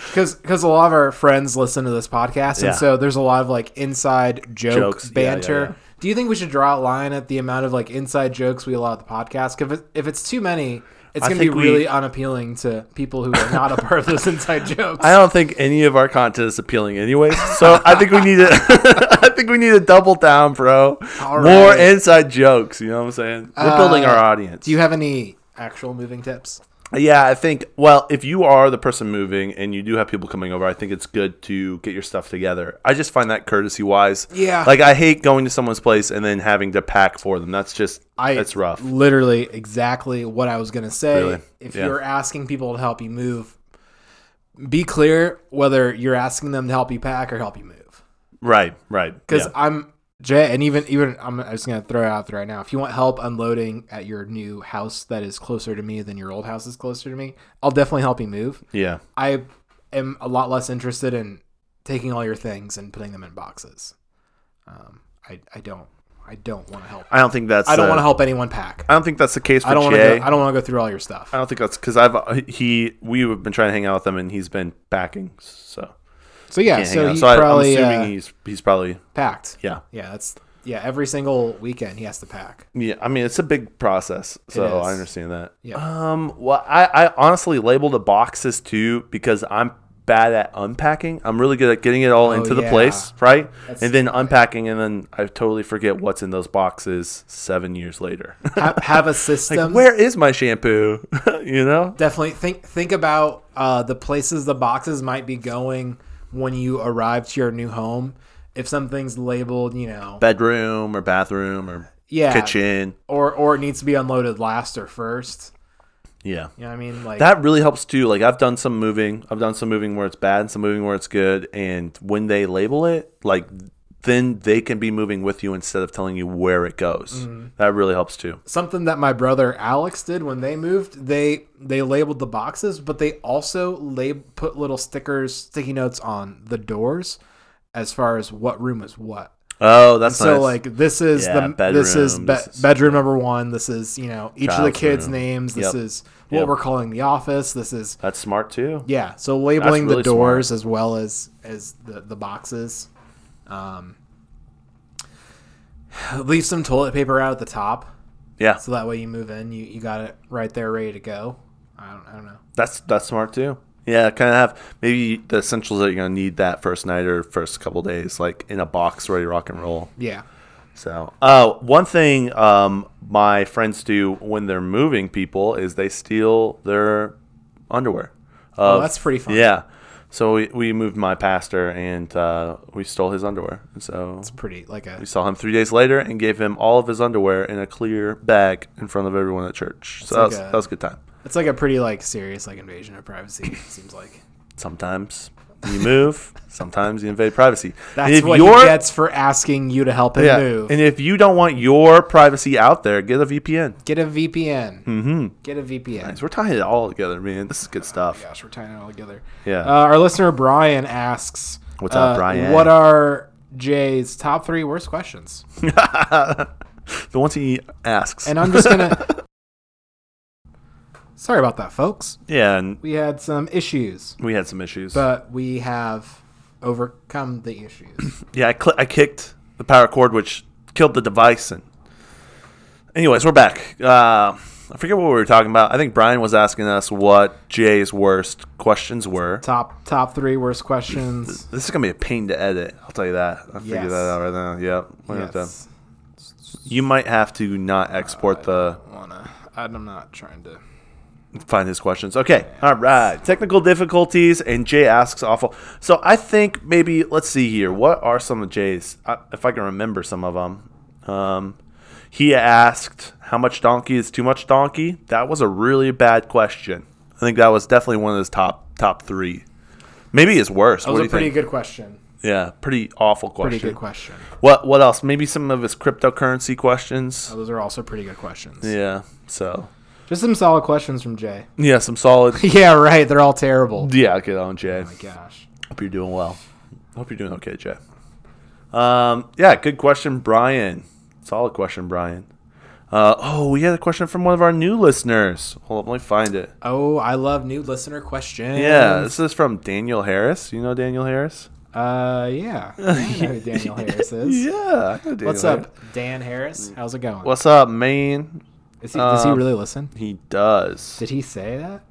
S1: because because a lot of our friends listen to this podcast,
S2: Yeah.
S1: and so there's a lot of like inside joke
S2: Jokes, yeah, yeah,
S1: banter.
S2: yeah.
S1: Do you think we should draw a line at the amount of like inside jokes we allow at the podcast? 'Cause If it, if it's too many, it's
S2: I
S1: going to be
S2: think we-
S1: really unappealing to people who are not a part of those inside jokes.
S2: I don't think any of our content is appealing anyways. So I think we need to I think we need to double down, bro.
S1: All
S2: More
S1: right.
S2: inside jokes, you know what I'm saying? We're building our
S1: Uh,
S2: audience.
S1: Do you have any actual moving tips?
S2: yeah, I think well, if you are the person moving and you do have people coming over, I think it's good to get your stuff together. I just find that courtesy wise.
S1: Yeah.
S2: Like I hate going to someone's place and then having to pack for them. That's just
S1: I
S2: that's rough.
S1: Literally exactly what I was going to say.
S2: Really?
S1: If
S2: Yeah.
S1: you're asking people to help you move, be clear whether you're asking them to help you pack or help you move.
S2: Right, right.
S1: Because
S2: yeah.
S1: I'm Jay, and even even I'm just going to throw it out there right now. If you want help unloading at your new house that is closer to me than your old house is closer to me, I'll definitely help you move.
S2: yeah.
S1: I am a lot less interested in taking all your things and putting them in boxes. Um, I I don't I don't want to help.
S2: I don't think that's
S1: I don't
S2: uh,
S1: want to help anyone pack.
S2: I don't think that's the case for
S1: I don't want to.
S2: Jay.
S1: Go, I don't want to go through all your stuff.
S2: I don't think that's because I've uh, he we've been trying to hang out with him and he's been packing, so
S1: So yeah,
S2: can't hang
S1: so
S2: out.
S1: he
S2: So I,
S1: probably
S2: I'm assuming
S1: uh,
S2: he's he's probably
S1: packed.
S2: yeah
S1: yeah, that's yeah. Every single weekend he has to pack.
S2: yeah. I mean it's a big process, so
S1: is.
S2: I understand that.
S1: Yeah.
S2: Um. Well, I I honestly label the boxes too because I'm bad at unpacking. I'm really good at getting it all into the
S1: Oh, yeah.
S2: place, right?
S1: That's-
S2: and then unpacking, and then I totally forget what's in those boxes seven years later.
S1: Have, have a system.
S2: Where is my shampoo? you know.
S1: Definitely think think about uh, the places the boxes might be going when you arrive to your new home. If something's labeled, you know,
S2: Bedroom or bathroom or
S1: yeah,
S2: kitchen.
S1: or or it needs to be unloaded last or first.
S2: Yeah.
S1: You know what I mean? Like
S2: That really helps too. Like I've done some moving. I've done some moving where it's bad and some moving where it's good. And when they label it, like then they can be moving with you instead of telling you where it goes.
S1: Mm-hmm.
S2: That really helps too.
S1: something that my brother Alex did when they moved, they they labeled the boxes, but they also lab- put little stickers, sticky notes on the doors as far as what room is what.
S2: Oh, that's
S1: So
S2: nice.
S1: like this is
S2: Yeah,
S1: the this is
S2: bedroom,
S1: be-
S2: this is-
S1: bedroom number one. This is you know each of the
S2: Child's
S1: kids'
S2: room.
S1: names. This
S2: Yep.
S1: is what
S2: Yep.
S1: we're calling the office. This is
S2: that's smart too.
S1: yeah. So labeling the
S2: really smart.
S1: doors as well as as the the boxes. Um, leave some toilet paper out at the top.
S2: Yeah,
S1: So that way you move in, you, you got it right there ready to go. I don't, I don't know.
S2: that's that's smart too. Yeah, kind of have maybe the essentials that you're gonna need that first night or first couple days, like in a box ready to rock and roll.
S1: Yeah.
S2: So, uh, one thing um, my friends do when they're moving people is they steal their underwear.
S1: Oh,
S2: Of-
S1: that's pretty fun.
S2: Yeah. So we, we moved my pastor and uh, we stole his underwear. And so
S1: It's pretty like a
S2: we saw him three days later and gave him all of his underwear in a clear bag in front of everyone at church. So that,
S1: like
S2: was,
S1: a-
S2: that was a good time.
S1: it's like a pretty like serious like invasion of privacy. It seems like
S2: Sometimes you move, sometimes you invade privacy. And
S1: that's
S2: if
S1: what he
S2: you're-
S1: gets for asking you to help him
S2: yeah,
S1: move.
S2: And if you don't want your privacy out there, get a VPN.
S1: Get a VPN.
S2: Hmm.
S1: Mm-hmm. Get a VPN.
S2: Guys, We're tying it all together, man. This is good stuff.
S1: Gosh, we're tying it all together.
S2: Yeah.
S1: Uh, our listener Brian asks,
S2: What's up,
S1: uh,
S2: Brian?
S1: What are Jay's top three worst questions?
S2: the ones he asks.
S1: Uh, And I'm just gonna. Sorry about that, folks.
S2: yeah, and
S1: We had some issues.
S2: we had some issues.
S1: but we have overcome the issues.
S2: yeah, I, cl- I kicked the power cord, which killed the device. And anyways, we're back. Uh, I forget what we were talking about. I think Brian was asking us what Jay's worst questions were.
S1: top top three worst questions.
S2: This is gonna be a pain to edit. I'll tell you that. I figured
S1: Yes.
S2: that out right now. Yep. we're gonna have to-
S1: Yes.
S2: You might have to not export the
S1: Wanna? I'm not trying to.
S2: find his questions. Okay. All right. Technical difficulties and Jay asks awful. So I think maybe let's see here. What are some of Jay's? I, if I can remember some of them. Um, he asked how much donkey is too much donkey. That was a really bad question. I think that was definitely one of his top top three. Maybe his worst.
S1: That was
S2: What do
S1: a
S2: you
S1: pretty
S2: think?
S1: good question.
S2: yeah, pretty awful
S1: Pretty
S2: question.
S1: good question.
S2: What what else? Maybe some of his cryptocurrency questions.
S1: Those are also pretty good questions.
S2: Yeah. So
S1: Just some solid questions from Jay.
S2: yeah, some solid.
S1: yeah, right. They're all terrible. Oh
S2: yeah, get on Jay.
S1: My gosh.
S2: Hope you're doing well. Hope you're doing okay, Jay. Um, yeah, good question, Brian. Solid question, Brian. Uh, oh, we had a question from one of our new listeners. Hold up, let me find it.
S1: Oh, I love new listener questions.
S2: Yeah, this is from Daniel Harris. You know Daniel Harris?
S1: Uh, yeah. I know who Daniel Harris is.
S2: Yeah. I know Daniel
S1: What's
S2: Harris.
S1: up, Dan Harris? How's it going?
S2: What's up, man?
S1: Is he, does he
S2: um,
S1: really listen?
S2: He does.
S1: Did he say that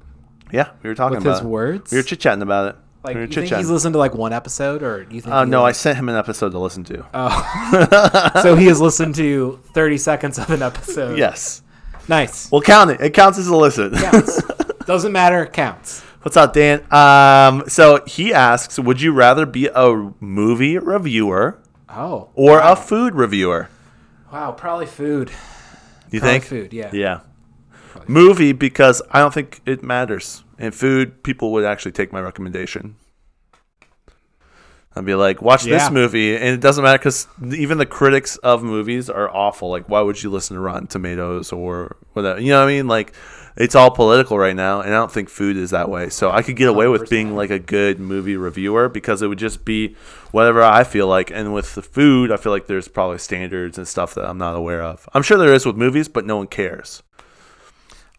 S2: Yeah, we were talking
S1: with
S2: about
S1: his
S2: it.
S1: words?
S2: We were chit chatting about it.
S1: Like,
S2: we were
S1: you think he's listened to like one episode, or do you think?
S2: Oh
S1: he
S2: no, I
S1: like-
S2: sent him an episode to listen to.
S1: Oh. so he has listened to 30 seconds of an episode.
S2: yes.
S1: Nice.
S2: Well, count it. It counts as a listen.
S1: Counts. Doesn't matter. Counts.
S2: What's up, Dan? Um, so he asks, would you rather be a movie reviewer
S1: Oh.
S2: or a food reviewer?
S1: Wow. Probably food.
S2: You
S1: Probably
S2: think?
S1: food. Yeah.
S2: Yeah. Movie because I don't think it matters. And food, people would actually take my recommendation. I'd be like, watch
S1: Yeah.
S2: this movie, and it doesn't matter because even the critics of movies are awful. Like, why would you listen to Rotten Tomatoes or whatever? You know what I mean? Like, it's all political right now, and I don't think food is that way. So I could get away with being like a good movie reviewer because it would just be whatever I feel like. And with the food, I feel like there's probably standards and stuff that I'm not aware of. I'm sure there is with movies, but no one cares.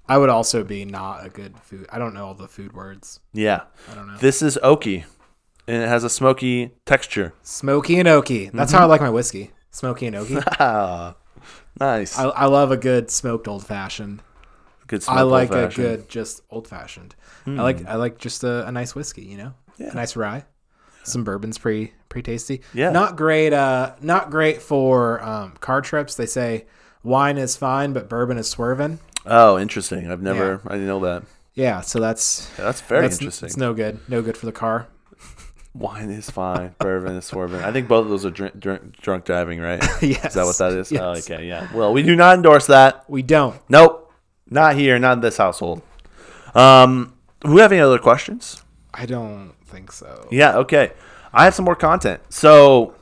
S1: I would also be not a good food. I don't know all the food words.
S2: Yeah.
S1: don't know.
S2: This is oaky, and it has a smoky texture.
S1: Smoky and oaky. That's
S2: Mm-hmm.
S1: how I like my whiskey. Smoky and oaky.
S2: Ah, nice.
S1: I, I love a good smoked old fashioned.
S2: good
S1: I
S2: smoke,
S1: like a
S2: old-fashioned.
S1: good just old fashioned. I like I like just a, a nice whiskey, you know,
S2: Hmm. Yeah.
S1: a nice rye. Some bourbon's pretty pretty tasty.
S2: Yeah.
S1: not great. Uh, not great for um, car trips. They say wine is fine, but bourbon is swerving.
S2: Oh, interesting. I've never. I didn't know that.
S1: Yeah, so that's
S2: Yeah, that's very
S1: that's
S2: interesting.
S1: It's no good. No good for the car.
S2: Wine is fine. Bourbon is swerving. I think both of those are drink, drink, drunk driving, right?
S1: yes,
S2: Is that what that is?
S1: Yes.
S2: Oh, okay. Yeah. Well, we do not endorse that.
S1: We don't.
S2: Nope. Not here. Not in this household. Um, who have any other questions?
S1: I don't think so.
S2: Yeah, okay. I have some more content. So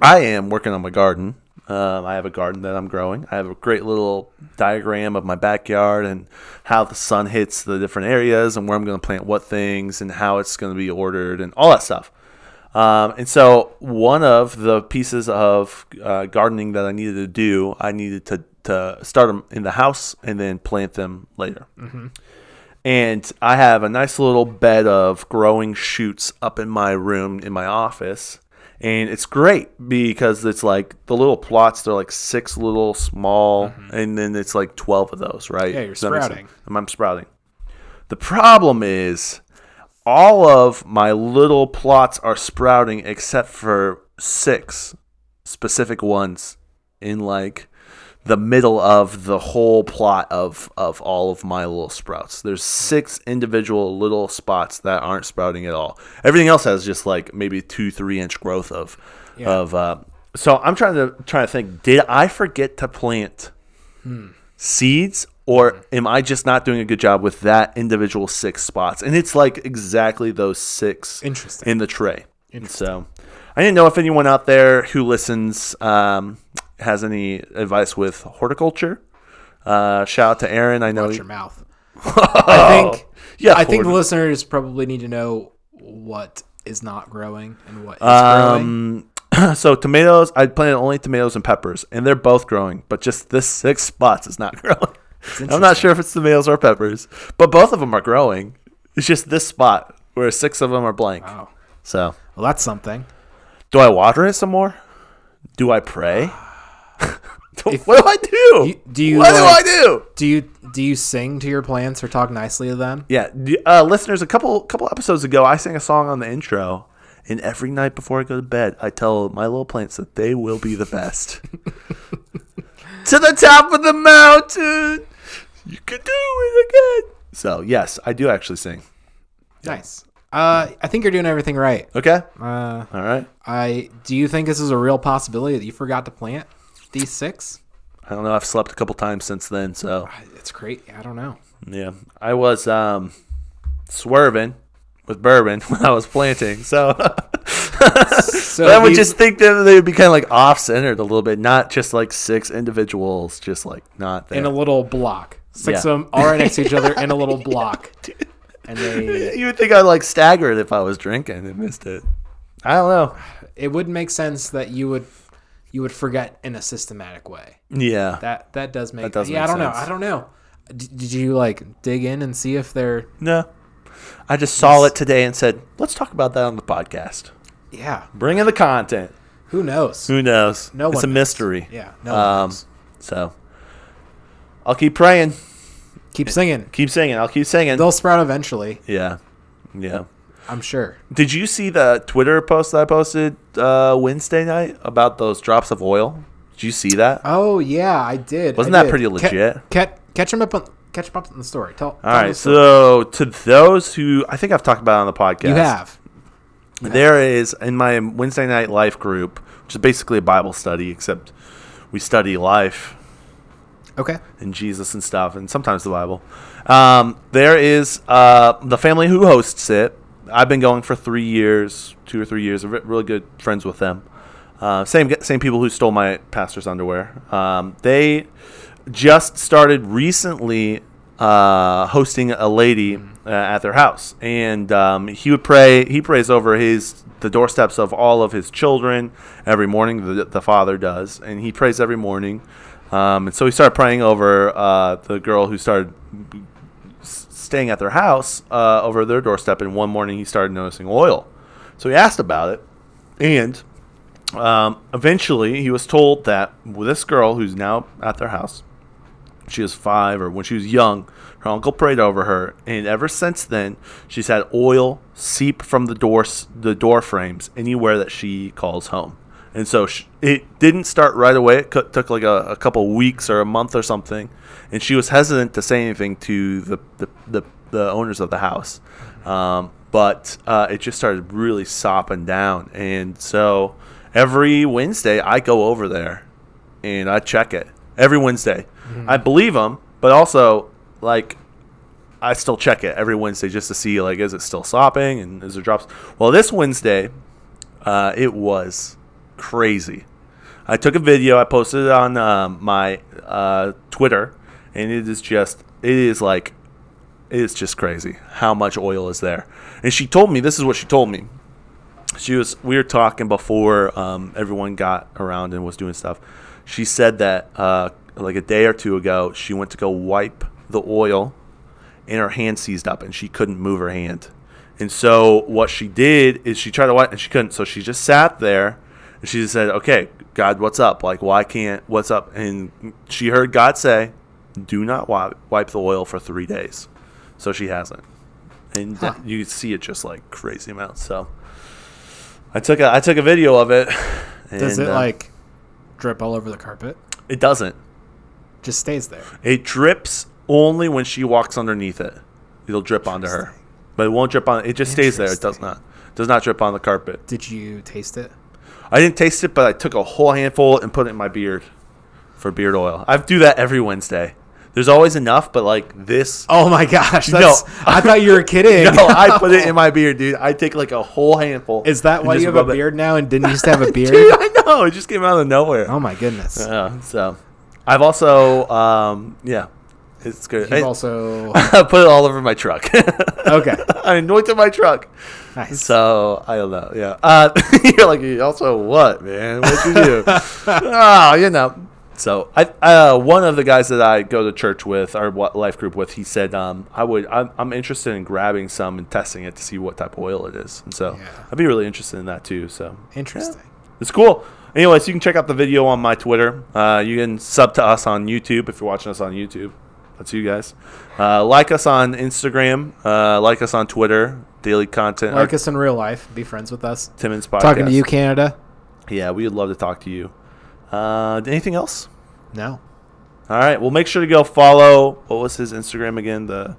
S2: I am working on my garden. Um, I have a garden that I'm growing. I have a great little diagram of my backyard and how the sun hits the different areas and where I'm going to plant what things and how it's going to be ordered and all that stuff. Um, and so one of the pieces of uh, gardening that I needed to do, I needed to, to start them in the house and then plant them later and I have a nice little bed of growing shoots up in my room in my office. And it's great because it's like the little plots, they're like six little small, and then it's like 12 of those, right?
S1: Mm-hmm. Yeah, you're
S2: Does that make sense?
S1: sprouting.
S2: I'm, I'm sprouting. The problem is all of my little plots are sprouting except for six specific ones in like the middle of the whole plot of of all of my little sprouts. There's six individual little spots that aren't sprouting at all. Everything else has just like maybe two three inch growth of of. Uh, so I'm trying to trying to think. Did I forget to plant seeds? Or
S1: Mm-hmm.
S2: am I just not doing a good job with that individual six spots? And it's like exactly those six
S1: Interesting.
S2: in the tray. And so I didn't know if anyone out there who listens um, has any advice with horticulture. Uh, shout out to Aaron. I know.
S1: Watch your mouth. I think.
S2: yeah,
S1: I think the
S2: horti-
S1: listeners probably need to know what is not growing and what is growing.
S2: Um, so tomatoes, I planted only tomatoes and peppers, and they're both growing, but just this six spots is not growing. I'm not sure if it's tomatoes or peppers, but both of them are growing. It's just this spot where six of them are blank.
S1: Wow.
S2: So,
S1: Well, that's something.
S2: do I water it some more? Do I pray? Do-
S1: If-
S2: what do I do?
S1: You- do you,
S2: What
S1: like-
S2: do I do?
S1: Do you do you sing to your plants or talk nicely to them?
S2: Yeah, d- uh, listeners, a couple couple episodes ago, I sang a song on the intro, and every night before I go to bed, I tell my little plants that they will be the best. to the top of the mountain, you can do it again. So yes, I do actually sing.
S1: Nice. Uh, I think you're doing everything right.
S2: Okay,
S1: Uh,
S2: all right.
S1: I do you think this is a real possibility that you forgot to plant these six?
S2: I don't know. I've slept a couple times since then, so
S1: It's great. I don't know.
S2: yeah, I was um, swerving with bourbon when I was planting, so.
S1: So
S2: I would
S1: these-
S2: just think that they would be kind of like off centered a little bit, not just like six individuals, just like not there.
S1: in a little block. Six
S2: Yeah.
S1: of them all right next to each other in a little block. And they,
S2: you would think I'd like stagger it if I was drinking and missed it. I don't know.
S1: it would make sense that you would you would forget in a systematic way.
S2: Yeah.
S1: That that does make.
S2: does
S1: yeah,
S2: make
S1: I don't know.
S2: sense.
S1: I don't know. D- did you like dig in and see if they're?
S2: no. I just saw it today and said, let's talk about that on the podcast.
S1: Yeah.
S2: Bring in the content.
S1: Who knows?
S2: Who knows?
S1: No
S2: it's
S1: one
S2: a
S1: knows.
S2: mystery.
S1: Yeah. No. one
S2: Um,
S1: knows.
S2: so I'll keep praying.
S1: Keep singing.
S2: Keep singing. I'll keep singing.
S1: They'll sprout eventually.
S2: Yeah. Yeah.
S1: I'm sure.
S2: Did you see the Twitter post that I posted uh, Wednesday night about those drops of oil? Did you see that?
S1: Oh yeah, I did.
S2: Wasn't
S1: I
S2: that
S1: did.
S2: pretty
S1: Ca-
S2: legit?
S1: Ca- catch him up on catch him up on the story. Tell.
S2: All right. So to those who I think I've talked about it on the podcast,
S1: you have.
S2: There is in my Wednesday night life group, which is basically a Bible study, except we study life
S1: Okay.
S2: and Jesus and stuff, and sometimes the Bible. Um, there is uh, the family who hosts it. I've been going for three years, two or three years. I'm re- really good friends with them. Uh, same g- same people who stole my pastor's underwear. Um, they just started recently uh, hosting a lady uh, at their house, and um, he would pray. He prays over his the doorsteps of all of his children every morning. The, the father does, and he prays every morning. Um, and so he started praying over uh, the girl who started s- staying at their house uh, over their doorstep. And one morning he started noticing oil, so he asked about it, and um, eventually he was told that this girl who's now at their house she was five or when she was young her uncle prayed over her and ever since then she's had oil seep from the doors the door frames anywhere that she calls home and so sh it didn't start right away it co- took like a, a couple weeks or a month or something and she was hesitant to say anything to the the, the, the owners of the house um, but uh, it just started really sopping down and so every wednesday i go over there and I check it every Wednesday. I believe them, but also like I still check it every Wednesday just to see like is it still stopping and is there drops. Well, this Wednesday, uh, it was crazy. I took a video, I posted it on um, my uh, Twitter, and it is just it is like it is just crazy how much oil is there. And she told me this is what she told me. She was we were talking before um, everyone got around and was doing stuff. She said that uh, like a day or two ago, she went to go wipe the oil and her hand seized up and she couldn't move her hand. And so what she did is she tried to wipe and she couldn't. So she just sat there and she just said, "Okay, God, what's up? Like, why can't? What's up?" And she heard God say, "Do not wipe wipe the oil for three days." So she hasn't, and
S1: Huh.
S2: that- you see it just like crazy amounts. So I took a I took a video of it. And,
S1: Does it
S2: uh,
S1: like drip all over the carpet?
S2: It doesn't.
S1: Just stays there.
S2: It drips only when she walks underneath it. It'll drip onto her, but it won't drip on. It just stays there. It does not does not drip on the carpet.
S1: Did you taste it?
S2: I didn't taste it, but I took a whole handful and put it in my beard for beard oil. I do that every Wednesday. There's always enough, but like this.
S1: Oh my gosh! That's, I thought you were kidding.
S2: No, I put it in my beard, dude. I take like a whole handful.
S1: Is that
S2: and
S1: why
S2: just
S1: you have a
S2: rub it-
S1: beard now and didn't used to have a
S2: Dude,
S1: beard?
S2: I know. It just came out of nowhere.
S1: oh my goodness!
S2: Yeah, so I've also, um, yeah, it's good.
S1: You've
S2: I,
S1: also
S2: I put it all over my truck.
S1: okay.
S2: I anointed my truck.
S1: Nice.
S2: So I don't know. Yeah. Uh, you're like "You also what man? What you do? oh, you know. So I uh, one of the guys that I go to church with or what life group with, he said um, I would I'm, I'm interested in grabbing some and testing it to see what type of oil it is, and so
S1: Yeah.
S2: I'd be really interested in that too. So
S1: Interesting.
S2: it's cool. Anyways, you can check out the video on my Twitter. Uh, you can sub to us on YouTube if you're watching us on YouTube. That's you guys. Uh, like us on Instagram. Uh, like us on Twitter. Daily content.
S1: Like us in real life. Be friends with us.
S2: Timmons podcast.
S1: Talking to you, Canada.
S2: Yeah, we would love to talk to you. Uh, anything else?
S1: No.
S2: All right. Well, make sure to go follow. What was his Instagram again? The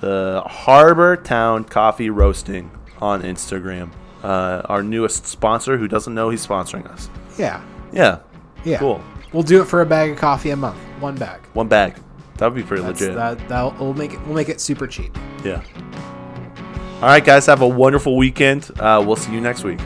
S2: the Harbor Town Coffee Roasting on Instagram. Uh, our newest sponsor, who doesn't know he's sponsoring us.
S1: Yeah.
S2: Yeah,
S1: Yeah.
S2: cool.
S1: We'll do it for a bag of coffee a month. One bag.
S2: One bag. That would be pretty
S1: That's,
S2: legit.
S1: that that will make it. We'll make it super cheap.
S2: Yeah. All right, guys. Have a wonderful weekend. Uh, we'll see you next week.